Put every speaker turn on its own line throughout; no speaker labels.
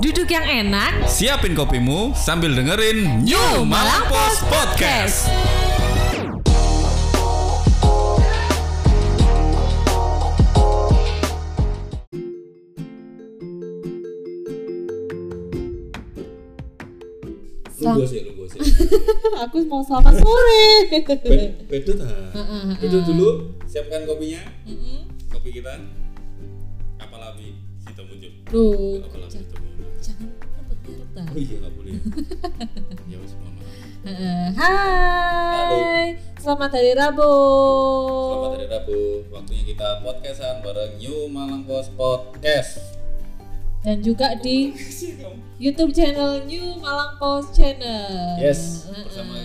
Duduk yang enak.
Siapin kopimu sambil dengerin New Malang Post Podcast.
Lu
Selam-
sih, lu sih.
Aku mau selamat sore.
Bedut ah. Bedut dulu, siapkan kopinya. Kopi kita. Kapal api kita muncul.
Duh,
Kapal api
jangan-
kita muncul.
jangan rebut-rebutan.
Oh iya nggak boleh. ya wes mohon maaf.
Heeh. Hai, selamat hari Rabu.
Selamat hari Rabu. Waktunya kita podcastan bareng New Malang Post Podcast.
Dan juga di YouTube channel New Malang Post Channel.
Yes.
Heeh.
Bersama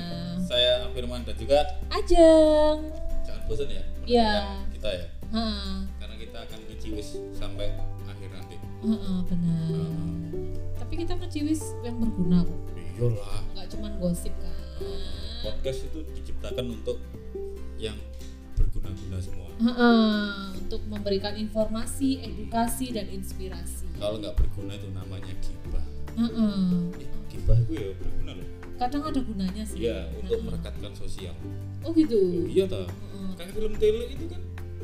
saya Afirman dan juga
Ajeng.
jangan bosan ya.
Iya.
mendengarkan Kita ya.
Heeh.
Karena kita akan ngeciwis sampai akhir nanti.
Heeh, benar. Tapi kita ngeciwis yang berguna kok.
Iyalah.
Enggak cuman gosip kan.
podcast itu diciptakan untuk yang berguna-guna semua
Heeh, untuk memberikan informasi, edukasi dan inspirasi.
kalau nggak berguna itu namanya gibah
Heeh.
eh, gibah itu ya berguna loh
Kadang ada gunanya sih.
iya untuk merekatkan sosial
Oh gitu.
iya toh
Heeh.
kayak film tele itu kan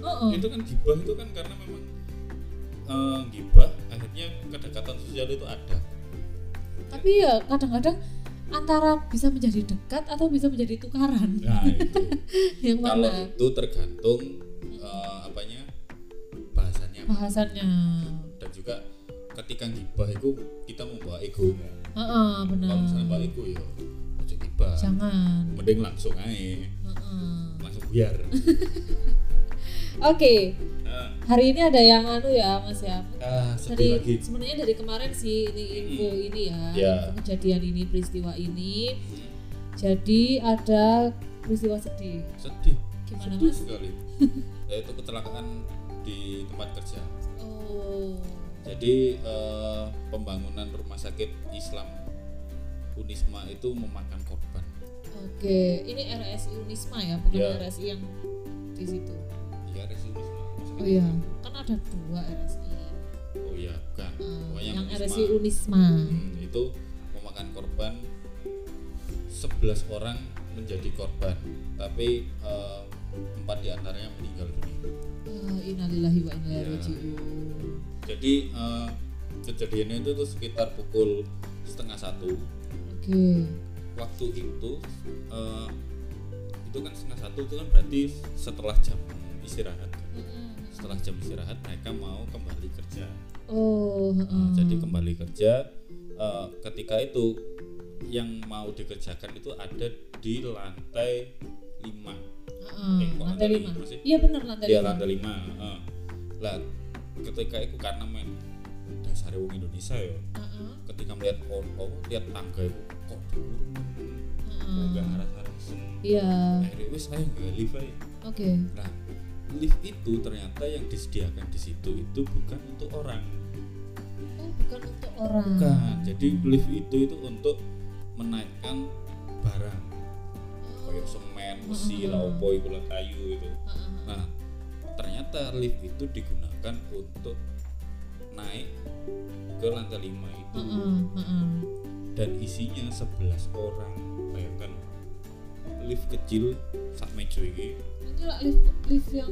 Heeh.
itu kan gibah itu kan karena memang eh, gibah akhirnya kedekatan sosial itu ada
Tapi ya kadang-kadang antara bisa menjadi dekat atau bisa menjadi tukaran.
nah itu
Yang
kalau iya.
mana
itu tergantung eh, apanya bahasannya
Hmm. bahasannya?
dan juga ketika gibah itu kita membawa ego
Heeh, benar.
kalau misalnya balik gue ya ojo tiba
Jangan.
mending langsung aja
Heeh.
langsung biar
Oke, hari ini ada yang anu ya Mas ya.
Nah, ah
Dari
sedih lagi
sebenarnya dari kemarin sih ini info ini ya,
Ya.
info kejadian ini peristiwa ini. Jadi ada peristiwa sedih.
sedih
Gimana,
sedih
Mas?
sekali yaitu kecelakaan di tempat kerja
Oh.
jadi eh, pembangunan rumah sakit Islam Unisma itu memakan korban
Oke, ini RSI Unisma ya, bukan
Ya.
RSI yang di situ.
iya RSI Unisma rumah sakit
Oh iya,
Islam.
kan ada dua RSI.
oh iya bukan
Eh,
pokoknya
yang
Unisma.
RSI Unisma.
Hmm, itu memakan korban 11 orang menjadi korban tapi eh, empat diantaranya meninggal dunia
Eh, innalillahi wa inna ilaihi
Ya.
raji'un.
jadi eh, kejadiannya itu tuh sekitar pukul setengah satu
Oke.
waktu itu eh, itu kan setengah satu itu kan berarti setelah jam istirahat setelah jam istirahat mereka mau kembali kerja
Oh,
Nah,
heeh.
jadi kembali kerja eh, ketika itu yang mau dikerjakan itu ada di lantai 5
Heeh,
Eh, kok
lantai
lantai
lima.
lima sih?
Iya benar lantai
ya
lima.
lantai 5 heeh. lah ketika itu karena men dasar wong Indonesia ya
Heeh,
ketika melihat oh, oh, lihat tangga itu kok dulu
heeh.
enggak arah arah sen
Iya.
akhirnya wis saya nggak lift aja
Oke.
nah lift itu ternyata yang disediakan di situ itu bukan untuk orang
Oh, bukan untuk orang.
Bukan. Jadi lift itu itu untuk menaikkan barang. Kayak semen, besi, lah opo iku lah, kayu itu. Nah, ternyata lift itu digunakan untuk naik ke lantai 5 itu
Heeh, heeh.
dan isinya 11 orang. Bayangkan lift kecil sak meja iki.
Itu lah lift lift yang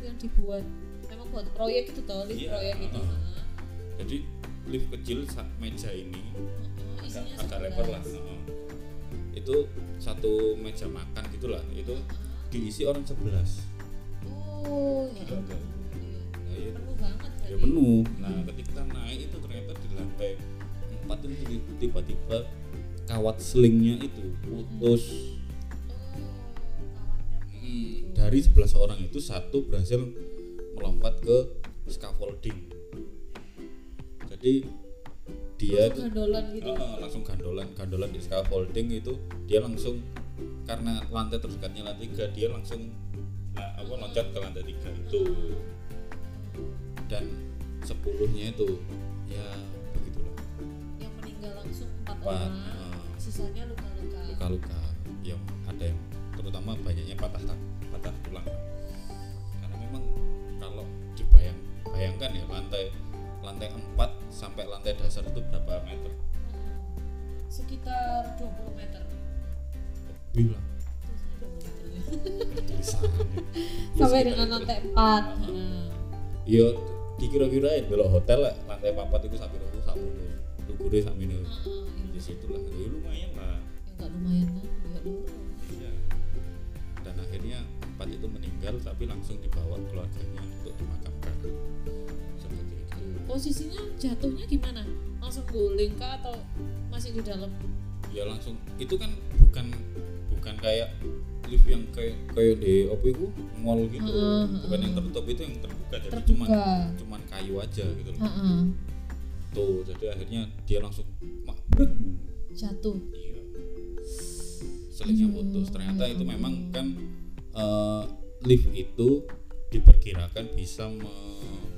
yang dibuat memang buat proyek itu toh, lift
Iya,
proyek itu.
heeh.
Heeh.
Jadi lift kecil sak meja ini
Heeh,
agak,
Isinya
agak
sebelas.
lebar lah heeh. itu satu meja makan gitulah itu diisi orang 11 nah,
Oh, ya.
Gila, ya,
ampun. Iya. Penuh banget
ya
berarti.
penuh nah ketika naik itu ternyata di lantai 4 itu tiba- tiba-tiba kawat selingnya itu
Oh,
putus Hmm, dari 11 orang itu satu berhasil melompat ke scaffolding jadi dia
Oh, gandolan gitu.
Ah, langsung gandolan gandolan di scaffolding itu dia langsung karena lantai terdekatnya lantai tiga dia langsung nah, apa loncat ke lantai tiga itu dan sepuluhnya itu ya begitulah
Yang meninggal langsung empat
Empat,
orang,
heeh.
sisanya luka-luka.
luka-luka yang ada yang terutama banyaknya patah tang- patah tulang karena memang kalau dibayang bayangkan ya lantai lantai 4 sampai lantai dasar itu berapa meter
sekitar 20 meter
lebih lah
Tulisannya 20 meter ya.
tulisannya
sampai dengan lantai 4
iya dikira-kira ya belok hotel lah lantai 4 itu sampai rumah sampai rumah lugure sampai rumah di situ lah ya lumayan lah
enggak lumayan lah ya loro.
Iya. dan akhirnya empat itu meninggal tapi langsung dibawa keluarganya untuk dimakamkan seperti itu
posisinya jatuhnya gimana langsung guling kah atau masih di dalam
ya langsung itu kan bukan bukan kayak lift yang kayak kayak di apa itu mall gitu
Heeh,
bukan yang tertutup itu yang terbuka jadi cuman
terbuka
cuman kayu aja gitu loh
Heeh.
tuh jadi akhirnya dia langsung mabrek
jatuh
iya selingnya
Aduh,
putus ternyata
ya
itu
ampun.
memang kan eh, lift itu diperkirakan bisa me-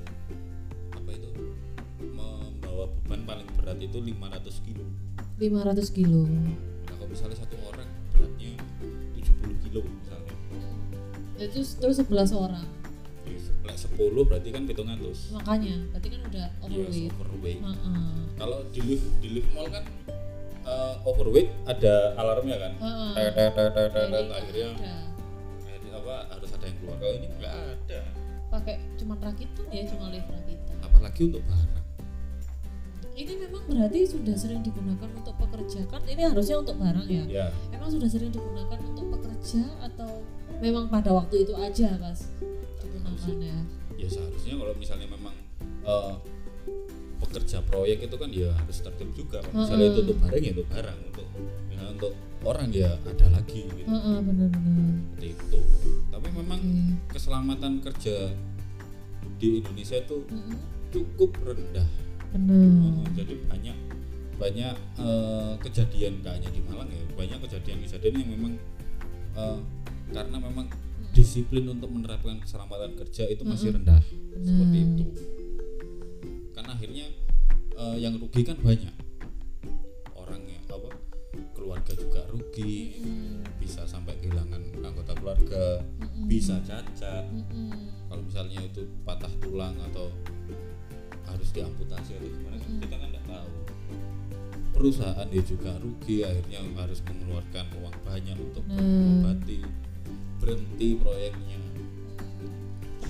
apa itu membawa beban paling berat itu 500 kilo
500 kilo
Nah, kalau misalnya satu orang beratnya 70 kilo misalnya.
Ya, terus terus 11 orang
Ya, sebelah 10 berarti kan 700.
makanya berarti kan udah
Iya,
overweight
overweight.
Heeh.
Kalau di lift di lift mall kan eh, overweight ada alarmnya kan.
Heeh. gitu
Tet, tet, tet, tet, tet,
Jadi
tet, akhirnya
ada
akhirnya apa harus ada yang keluar. Kalau ini nggak ada.
pakai cuman rakitan ya cuma lift rakitan
Apalagi untuk barang.
ini memang berarti sudah sering digunakan untuk pekerja kan ini harusnya untuk barang ya
Ya,
emang sudah sering digunakan untuk pekerja atau memang pada waktu itu aja pas digunakan ya
ya seharusnya kalau misalnya memang eh, pekerja proyek itu kan ya harus tertib juga. Kalau misalnya itu untuk barang ya untuk barang, untuk misalnya untuk orang ya ada lagi gitu.
Heeh, benar-benar
seperti itu. Tapi memang keselamatan kerja di Indonesia itu
Heeh,
cukup rendah.
benar
Jadi banyak banyak eh, kejadian nggak hanya di Malang ya, banyak kejadian-kejadian yang memang eh, karena memang disiplin untuk menerapkan keselamatan kerja itu masih rendah seperti itu. Karena akhirnya eh, yang rugi kan banyak orangnya apa keluarga juga rugi bisa sampai kehilangan anggota keluarga bisa cacat
Heeh.
kalau misalnya itu patah tulang atau harus diamputasi atau gimana kan kita kan nggak tahu perusahaan dia juga rugi akhirnya harus mengeluarkan uang banyak untuk
Hmm. Nah,
mengobati berhenti proyeknya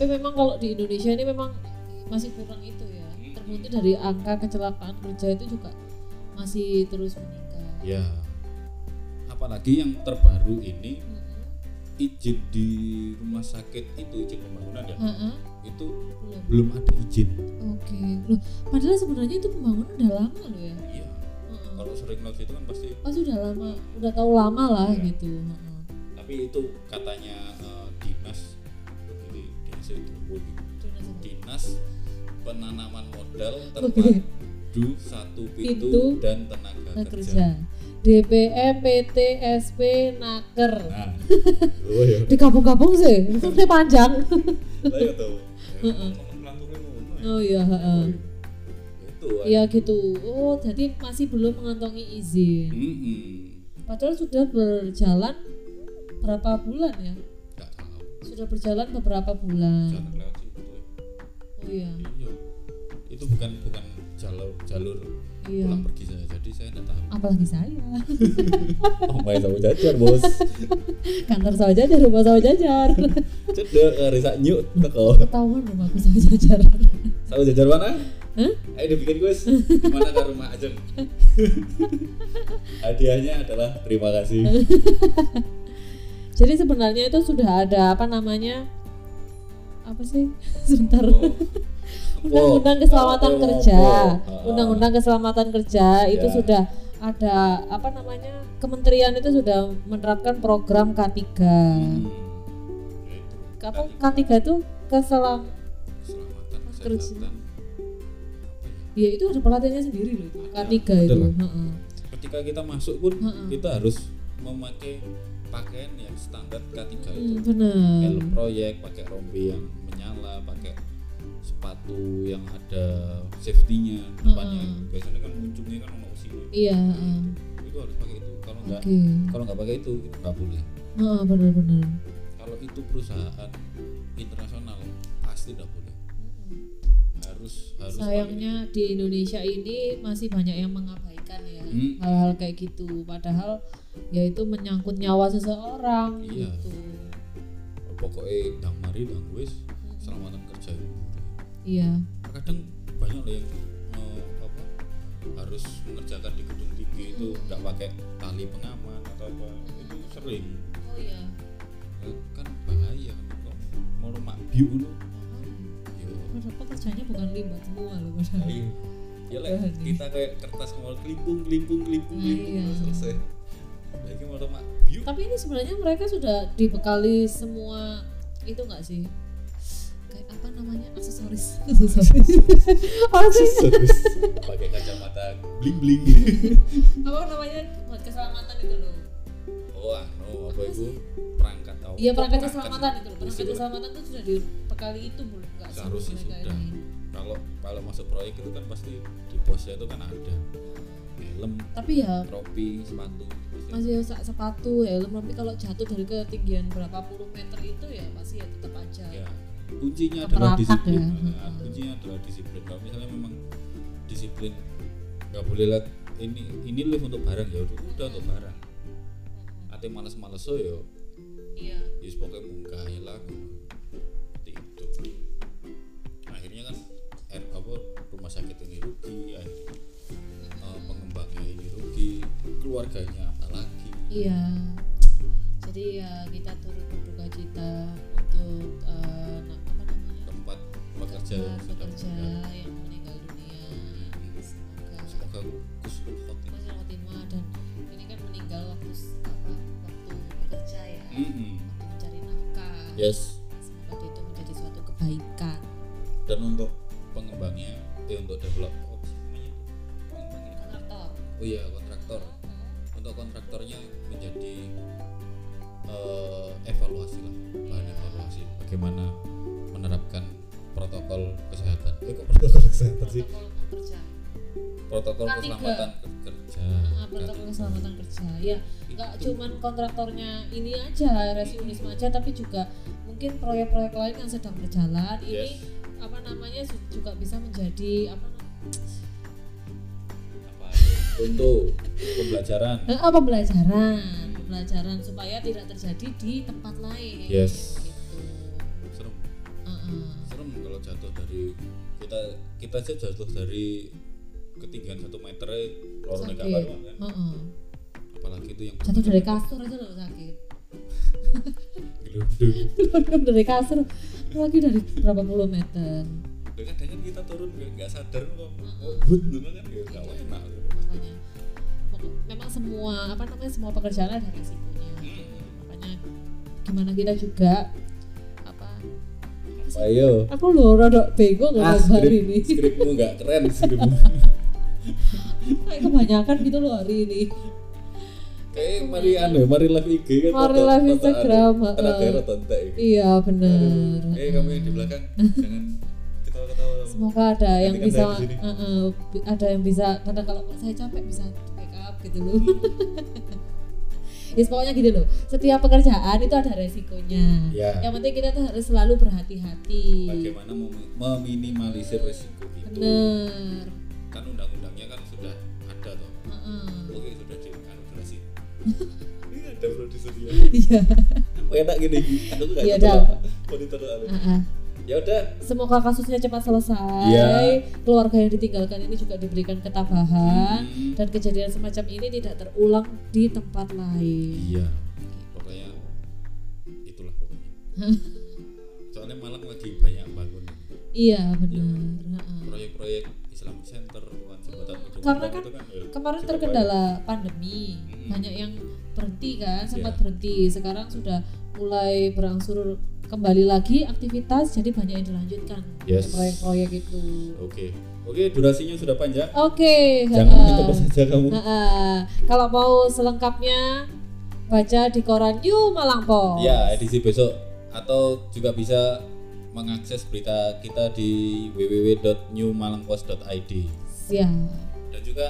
tapi memang kalau di Indonesia ini memang masih kurang itu ya terbukti dari angka kecelakaan kerja itu juga masih terus meningkat
ya apalagi yang terbaru ini izin di rumah sakit itu izin pembangunan ya
Heeh,
itu
belum
belum ada izin
Oke, loh padahal sebenarnya itu pembangunan udah lama loh ya.
iya
Heeh.
kalau sering notice itu kan pasti
Pas udah lama, udah tahu lama lah gitu. Heeh.
tapi itu katanya eh, dinas jadi dinas itu gitu.
Dinas itu.
dinas penanaman modal terpadu satu pintu,
Pintu
dan tenaga
Tenaga
kerja.
kerja. DPM, PT, SP, Naker.
Nah, oh ya,
Digabung-gabung sih, maksudnya panjang.
lah ya tahu. Ya, ngomong pelanturnya ngono ya.
oh iya, heeh.
Itu.
Iya gitu. Oh, jadi masih belum mengantongi izin.
Mm-mm.
Padahal sudah berjalan berapa bulan ya?
Nggak tahu.
Sudah berjalan beberapa bulan.
Jangan lewat situ. ya.
Oh iya.
Iya. Itu bukan bukan jalur jalur
Iya.
pulang pergi saya. Jadi saya nggak tahu.
Apalagi saya.
Oh, main sama jajar, Bos.
Kantor sama jajar, rumah sama jajar.
Cedek risak nyuk teko.
Ketahuan rumahku sama jajaran.
Sama jajar mana?
Hah?
Ayo dibikin kuis. Mana ke rumah Ajeng? Hadiahnya adalah terima kasih.
Jadi sebenarnya itu sudah ada apa namanya? Apa sih? Sebentar.
Oh. Oh,
Undang-undang keselamatan
oh,
kerja.
oh, oh.
Undang-undang keselamatan kerja itu
Ya.
sudah ada apa namanya? Kementerian itu sudah menerapkan program K3.
Hmm. Ya itu.
Apa K3 itu keselam
Keselamatan
Kerja.
kesehatan.
ya itu ada pelatihannya sendiri loh itu, K3
Ada
itu.
lah.
Heeh.
Ketika kita masuk pun
Ha-ha.
kita harus memakai pakaian yang standar K3 itu.
Hmm, benar.
Helm proyek, pakai rompi yang menyala, pakai sepatu yang ada safety-nya depannya.
Hmm.
Biasanya kan muncungnya kan ono usi.
Iya, heeh.
Itu harus pakai itu. Kalau
Oke.
enggak kalau nggak pakai itu itu nggak boleh
Heeh, benar-benar.
kalau itu perusahaan internasional pasti nggak boleh harus harus kasus
sayangnya di Indonesia ini masih banyak yang mengabaikan ya
Hmm.
hal-hal kayak gitu padahal yaitu menyangkut nyawa seseorang
Iya.
gitu
pandemi. pokoknya dang mari dang wis
Hmm.
selamatan kerja itu
iya
kadang banyak loh yang eh, apa harus mengerjakan di gedung tinggi itu
Hmm.
nggak pakai tali pengaman atau apa itu sering
oh iya
Ya, kan bahaya kan mau rumah biu lo yo
Padahal pekerjaannya bukan limbah semua loh padahal
ya lah kita kayak kertas mau kelimpung kelimpung kelimpung
Nah,
kelimpung
iya.
terus selesai lagi mau rumah biu
tapi ini sebenarnya mereka sudah dibekali semua itu nggak sih kayak apa namanya aksesoris aksesoris apa sih
terus pakai kacamata bling bling gitu.
apa namanya buat keselamatan itu loh
oh anu apa itu perangkat tahu
iya perangkat keselamatan itu loh perangkat
Seharusnya-
keselamatan itu sudah dibekali itu belum nggak sih
seharusnya
mereka
sudah Nah,
ini?
kalau kalau masuk proyek itu kan pasti di posnya itu kan ada helm
tapi ya
tropi sepatu pasti.
masih sa- sepatu ya helm tapi kalau jatuh dari ketinggian berapa puluh meter itu ya pasti ya tetap aja
ya kuncinya adalah
Merapat
disiplin
ya.
Nah, kuncinya adalah disiplin kalau misalnya memang disiplin nggak boleh lihat ini ini lift untuk barang ya udah udah untuk barang ate males-males so ya
iya
ya pokoknya munggah ya lah seperti itu akhirnya kan air apa rumah sakit ini rugi akhirnya eh, pengembangnya ini rugi keluarganya apalagi
Iya. Jadi ya kita turut berduka cita untuk eh, na- apa namanya
tempat bekerja yang
tempat
sudah
pekerja
Iya, meninggal.
yang meninggal dunia. Semoga
semoga kusnul khotimah
masih khotimah dan ini kan meninggal waktu s- apa waktu bekerja ya,
Mm-mm.
waktu mencari nafkah.
Mm-hmm. yes
Semoga itu menjadi suatu kebaikan.
dan untuk pengembangnya eh untuk develop oh, namanya itu? Pengembangnya.
Kontraktor.
oh iya kontraktor untuk kontraktornya menjadi eh, evaluasi lah bahan evaluasi bagaimana menerapkan protokol kesehatan eh kok protokol kesehatan sih
Protokol kerja.
protokol
K tiga.
keselamatan ke- kerja
Nah, protokol
Iya.
keselamatan kerja ya nggak cuman kontraktornya ini aja RSI Unisma aja tapi juga mungkin proyek-proyek lain yang sedang berjalan ini
Yes.
apa namanya su- juga bisa menjadi apa namanya
apa untuk pembelajaran
eh, pembelajaran pembelajaran supaya tidak terjadi di tempat lain
Yes.
gitu
serem
Heeh.
serem kalau jatuh dari kita kita aja jatuh dari ketinggian satu meter lorong
sakit
kamar kan
Heeh.
apalagi itu yang
jatuh dari kasur aja loh sakit
gelundung
dari kasur lagi dari berapa puluh meter
Dan kadang kita turun nggak nggak sadar kok oh but dulu kan ya nggak enak gitu.
Iya. makanya pokok- memang semua apa namanya semua pekerjaan ada resikonya makanya gimana kita juga apa
ayo
aku loh rada bego nggak
ah
ya? ah, hari
skrip,
ini
skripmu nggak keren skripmu
kayak kebanyakan gitu loh hari ini
kayak mari anu mari live IG kan
Mari
foto-
live
foto anu,
Instagram, heeh.
terakhir atau entek gitu.
iya bener
eh kamu yang di belakang jangan ketawa-ketawa
semoga ada yang
Nanti kan
bisa
saya di sini.
eh, eh, bi- ada yang bisa karena kalau saya capek bisa make up gitu loh ya pokoknya gitu loh setiap pekerjaan itu ada resikonya
Ya.
yang penting kita tuh harus selalu berhati-hati
bagaimana mem- meminimalisir resiko itu
bener Uh-uh.
kan undang-undangnya kan sudah ada toh
Heeh.
oke sudah di anugerasi ini ada produser dia
iya
enak gini aku nggak
Iya,
tahu
Dal.
monitor anu.
Heeh.
ya udah
Uh-uh. semoga kasusnya cepat selesai
Iya.
keluarga yang ditinggalkan ini juga diberikan ketabahan
Hmm.
dan kejadian semacam ini tidak terulang di tempat lain
Iya. Pokoknya itulah pokoknya. Soalnya Malang lagi banyak bangun
iya bener Uh-uh. Heeh.
proyek-proyek Islam Center, Tuan Jembatan Gedung
Karena
Orang
kan
itu ya
kemarin
cukup Hmm.
terkendala pandemi
Mm-mm.
banyak yang berhenti kan
Iya.
sempat berhenti sekarang sudah mulai berangsur kembali lagi aktivitas jadi banyak yang dilanjutkan
Yes.
proyek-proyek itu
banyak. Oke. Oke, durasinya sudah panjang.
oke
Jangan
heeh.
itu saja kamu.
Heeh. kalau mau selengkapnya baca di koran New Malang Pos
Ya, edisi besok atau juga bisa mengakses berita kita di www.newmalangpost.id Ya.
Siap.
dan juga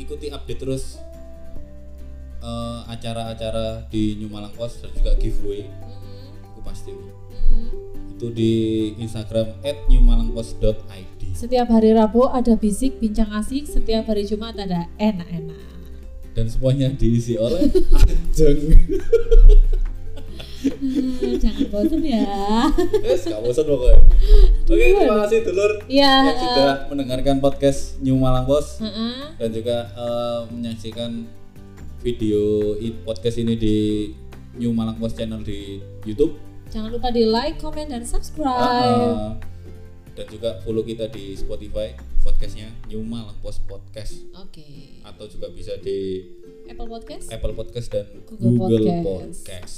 ikuti update terus eh, acara-acara di New Malang Post dan juga giveaway aku pasti itu di Instagram @newmalangpost.id
Setiap hari Rabu ada bisik bincang asik, setiap hari Jumat ada enak-enak.
dan semuanya diisi oleh Ajeng
Ah, Jangan bosan ya.
Yes, gak bosan pokoknya. Oke, terima kasih dulur
Iya.
yang sudah mendengarkan podcast New Malang Bos
Heeh.
dan juga eh, menyaksikan video i- podcast ini di New Malang Bos channel di YouTube.
Jangan lupa di like, comment, dan subscribe.
Eh, dan juga follow kita di Spotify podcastnya New Malang Bos Podcast
Oke.
atau juga bisa di
Apple Podcast.
Apple Podcast dan
Google
Google,
Podcast.
Podcast.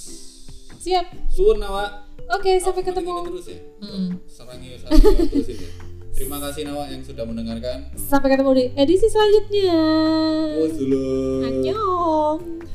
Siap.
Suwun Nawa.
Oke, sampai
Aku ngomong gini
ketemu. Hmm.
terus ya.
Heeh.
Serangi serangi terus ya. Terima kasih Nawa yang sudah mendengarkan. Oh,
Sampai ketemu di edisi selanjutnya.
Bos dulur.
Annyeong.